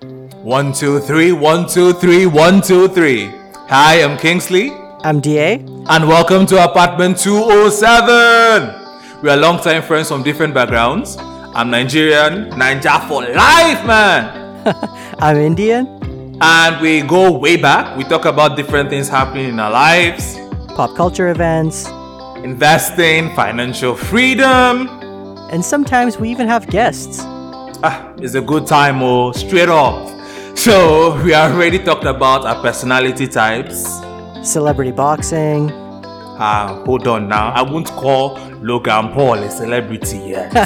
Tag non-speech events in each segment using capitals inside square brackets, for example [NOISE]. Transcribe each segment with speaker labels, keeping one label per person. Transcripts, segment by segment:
Speaker 1: One, two, three, one, two, three, one, two, three. Hi, I'm Kingsley,
Speaker 2: I'm DA.
Speaker 1: and welcome to apartment 207. We are longtime friends from different backgrounds. I'm Nigerian, Ninja for life, man.
Speaker 2: I'm Indian.
Speaker 1: And we go way back. We talk about different things happening in our lives
Speaker 2: Pop culture events.
Speaker 1: investing, financial freedom.
Speaker 2: And sometimes we even have guests.
Speaker 1: Ah, it's a good time, oh, straight up. So, [LAUGHS] we already talked about our personality types.
Speaker 2: Celebrity boxing.
Speaker 1: Ah, hold on now. I won't call Logan Paul a celebrity [LAUGHS] yet.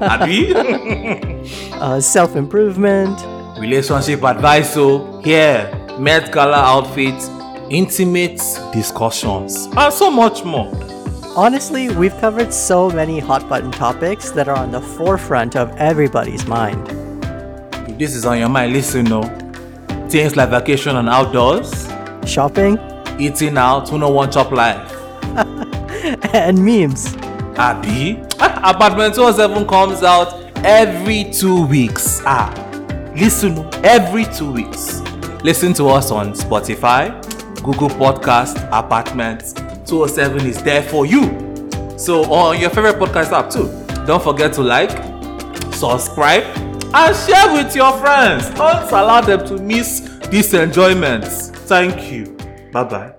Speaker 1: Abi?
Speaker 2: Uh, Self improvement.
Speaker 1: Relationship advice, so here, Met Gala outfits, intimate discussions, and so much more.
Speaker 2: Honestly, we've covered so many hot button topics that are on the forefront of everybody's mind.
Speaker 1: If this is on your mind, listen, no. Things like vacation and outdoors,
Speaker 2: Shopping [LAUGHS]
Speaker 1: eating out, who no one chop life.
Speaker 2: and memes.
Speaker 1: Abi? Ah, Apartment 207 comes out every two weeks. Ah, listen, every two weeks. Listen to us on Spotify, Google Podcast, Apartment 207 is there for you. So, on your favorite podcast app too. Don't forget to like, subscribe, and share with your friends. Don't allow them to miss this enjoyment. Thank you. Bye bye.